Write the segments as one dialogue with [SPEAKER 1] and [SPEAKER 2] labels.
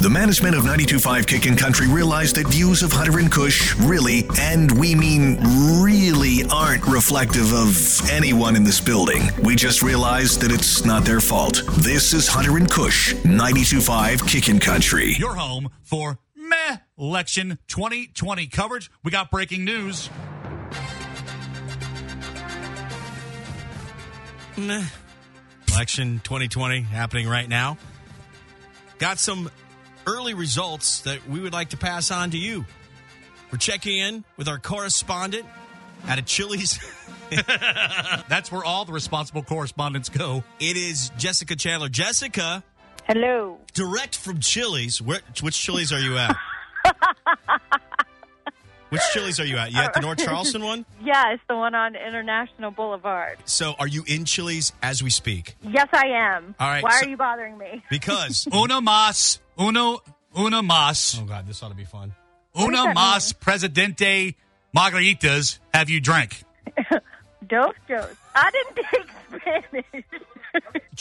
[SPEAKER 1] The management of 925 Kickin' Country realized that views of Hunter and Cush really, and we mean really, aren't reflective of anyone in this building. We just realized that it's not their fault. This is Hunter and Cush, 925 Kickin' Country.
[SPEAKER 2] your home for meh election 2020 coverage. We got breaking news.
[SPEAKER 3] election 2020 happening right now. Got some early results that we would like to pass on to you. We're checking in with our correspondent at a Chili's.
[SPEAKER 2] That's where all the responsible correspondents go.
[SPEAKER 3] It is Jessica Chandler. Jessica,
[SPEAKER 4] Hello.
[SPEAKER 3] direct from Chili's. Where, which Chili's are you at? which Chili's are you at? You at the North Charleston one?
[SPEAKER 4] Yeah, it's the one on International Boulevard.
[SPEAKER 3] So, are you in Chili's as we speak?
[SPEAKER 4] Yes, I am.
[SPEAKER 3] All right,
[SPEAKER 4] Why
[SPEAKER 3] so-
[SPEAKER 4] are you bothering me?
[SPEAKER 3] Because
[SPEAKER 2] Una mas, uno, una mas,
[SPEAKER 3] oh god, this ought to be fun.
[SPEAKER 4] does
[SPEAKER 2] una
[SPEAKER 4] that
[SPEAKER 2] mas presidente margaritas have you drank?
[SPEAKER 4] Dos dos. I didn't take Spanish.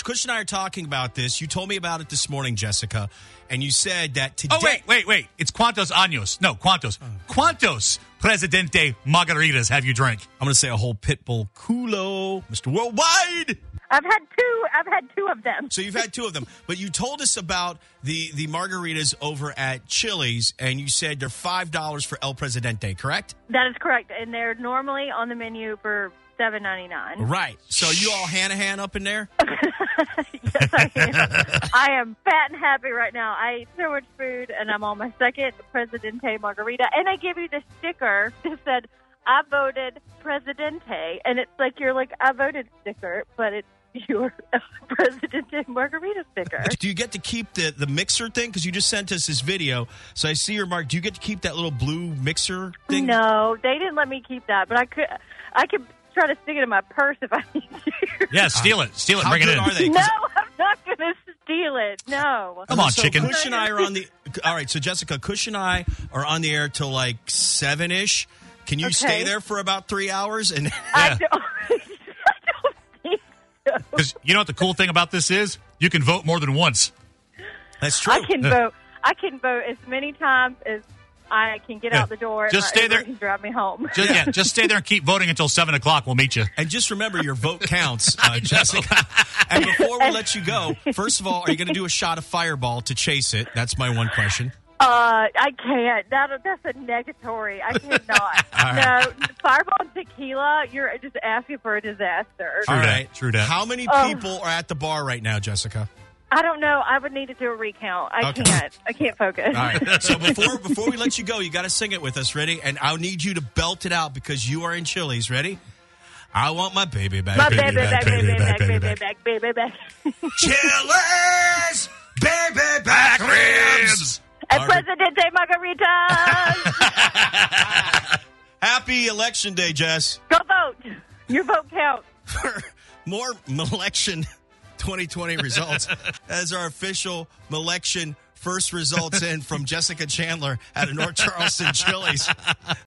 [SPEAKER 3] Kush and I are talking about this. You told me about it this morning, Jessica, and you said that today.
[SPEAKER 2] Oh, wait, wait, wait. It's cuantos años. No, cuantos.
[SPEAKER 3] Oh.
[SPEAKER 2] Cuantos presidente margaritas have you drank?
[SPEAKER 3] I'm going to say a whole pit bull culo, Mr. Worldwide.
[SPEAKER 4] I've had two. I've had two of them.
[SPEAKER 3] So you've had two of them, but you told us about the the margaritas over at Chili's, and you said they're five dollars for El Presidente, correct?
[SPEAKER 4] That is correct, and they're normally on the menu for seven ninety nine.
[SPEAKER 3] Right. So you all Hanahan up in there?
[SPEAKER 4] Yes, I am. I am fat and happy right now. I ate so much food, and I'm on my second Presidente margarita. And I gave you the sticker that said "I voted Presidente," and it's like you're like "I voted" sticker, but it's your Presidente margarita sticker.
[SPEAKER 3] Do you get to keep the the mixer thing? Because you just sent us this video, so I see your mark. Do you get to keep that little blue mixer thing?
[SPEAKER 4] No, they didn't let me keep that, but I could. I could try to stick it in my purse if I need to.
[SPEAKER 2] Yeah, steal it. Steal it.
[SPEAKER 3] How
[SPEAKER 2] Bring
[SPEAKER 3] good
[SPEAKER 2] it in.
[SPEAKER 3] are they?
[SPEAKER 4] No,
[SPEAKER 3] 'Cause- Oh,
[SPEAKER 4] I'm not going to steal it. No.
[SPEAKER 2] Come on,
[SPEAKER 3] so
[SPEAKER 2] chicken.
[SPEAKER 3] Kush and I are on the. All right, so Jessica, Kush and I are on the air till like seven ish. Can you
[SPEAKER 4] Okay.
[SPEAKER 3] stay there for about three hours? And
[SPEAKER 4] I don't, I don't think so.
[SPEAKER 2] Because you know what the cool thing about this is? You can vote more than once.
[SPEAKER 3] that's true.
[SPEAKER 4] I can vote. I can vote as many times as I can get
[SPEAKER 2] Yeah.
[SPEAKER 4] out the door.
[SPEAKER 2] Just
[SPEAKER 4] and
[SPEAKER 2] stay
[SPEAKER 4] my Uber
[SPEAKER 2] there.
[SPEAKER 4] Can drive me home.
[SPEAKER 2] Just, yeah, just stay there and keep voting until 7 o'clock. We'll meet you.
[SPEAKER 3] And just remember, your vote counts, uh, Jessica. And before we let you go, first of all, are you going to do a shot of Fireball to chase it? That's my one question.
[SPEAKER 4] Uh, I can't. That, that's a negatory. I cannot. No, fireball and tequila. You're just asking for a
[SPEAKER 2] True
[SPEAKER 4] disaster.
[SPEAKER 3] all
[SPEAKER 2] dat,
[SPEAKER 3] right,
[SPEAKER 2] true dat.
[SPEAKER 3] How many
[SPEAKER 4] Oh.
[SPEAKER 3] people are at the bar right now, Jessica?
[SPEAKER 4] I don't know. I would need to do a recount. I
[SPEAKER 3] Okay.
[SPEAKER 4] can't. I can't focus.
[SPEAKER 3] All right. So before before we let you go, you got to sing it with us. Ready? And I'll need you to belt it out because you are in Chili's. Ready? I want my baby back.
[SPEAKER 4] My baby
[SPEAKER 2] back,
[SPEAKER 4] back,
[SPEAKER 2] baby
[SPEAKER 4] baby
[SPEAKER 2] back,
[SPEAKER 4] back,
[SPEAKER 2] baby
[SPEAKER 4] baby
[SPEAKER 2] back.
[SPEAKER 4] back, baby back.
[SPEAKER 3] Chili's baby back ribs.
[SPEAKER 4] And
[SPEAKER 3] All right.
[SPEAKER 4] Presidente Margarita,
[SPEAKER 3] Happy election day, Jess.
[SPEAKER 4] go vote. Your vote counts.
[SPEAKER 3] for more election 2020 results as our official election first results in from Jessica Chandler at a North Charleston Chili's.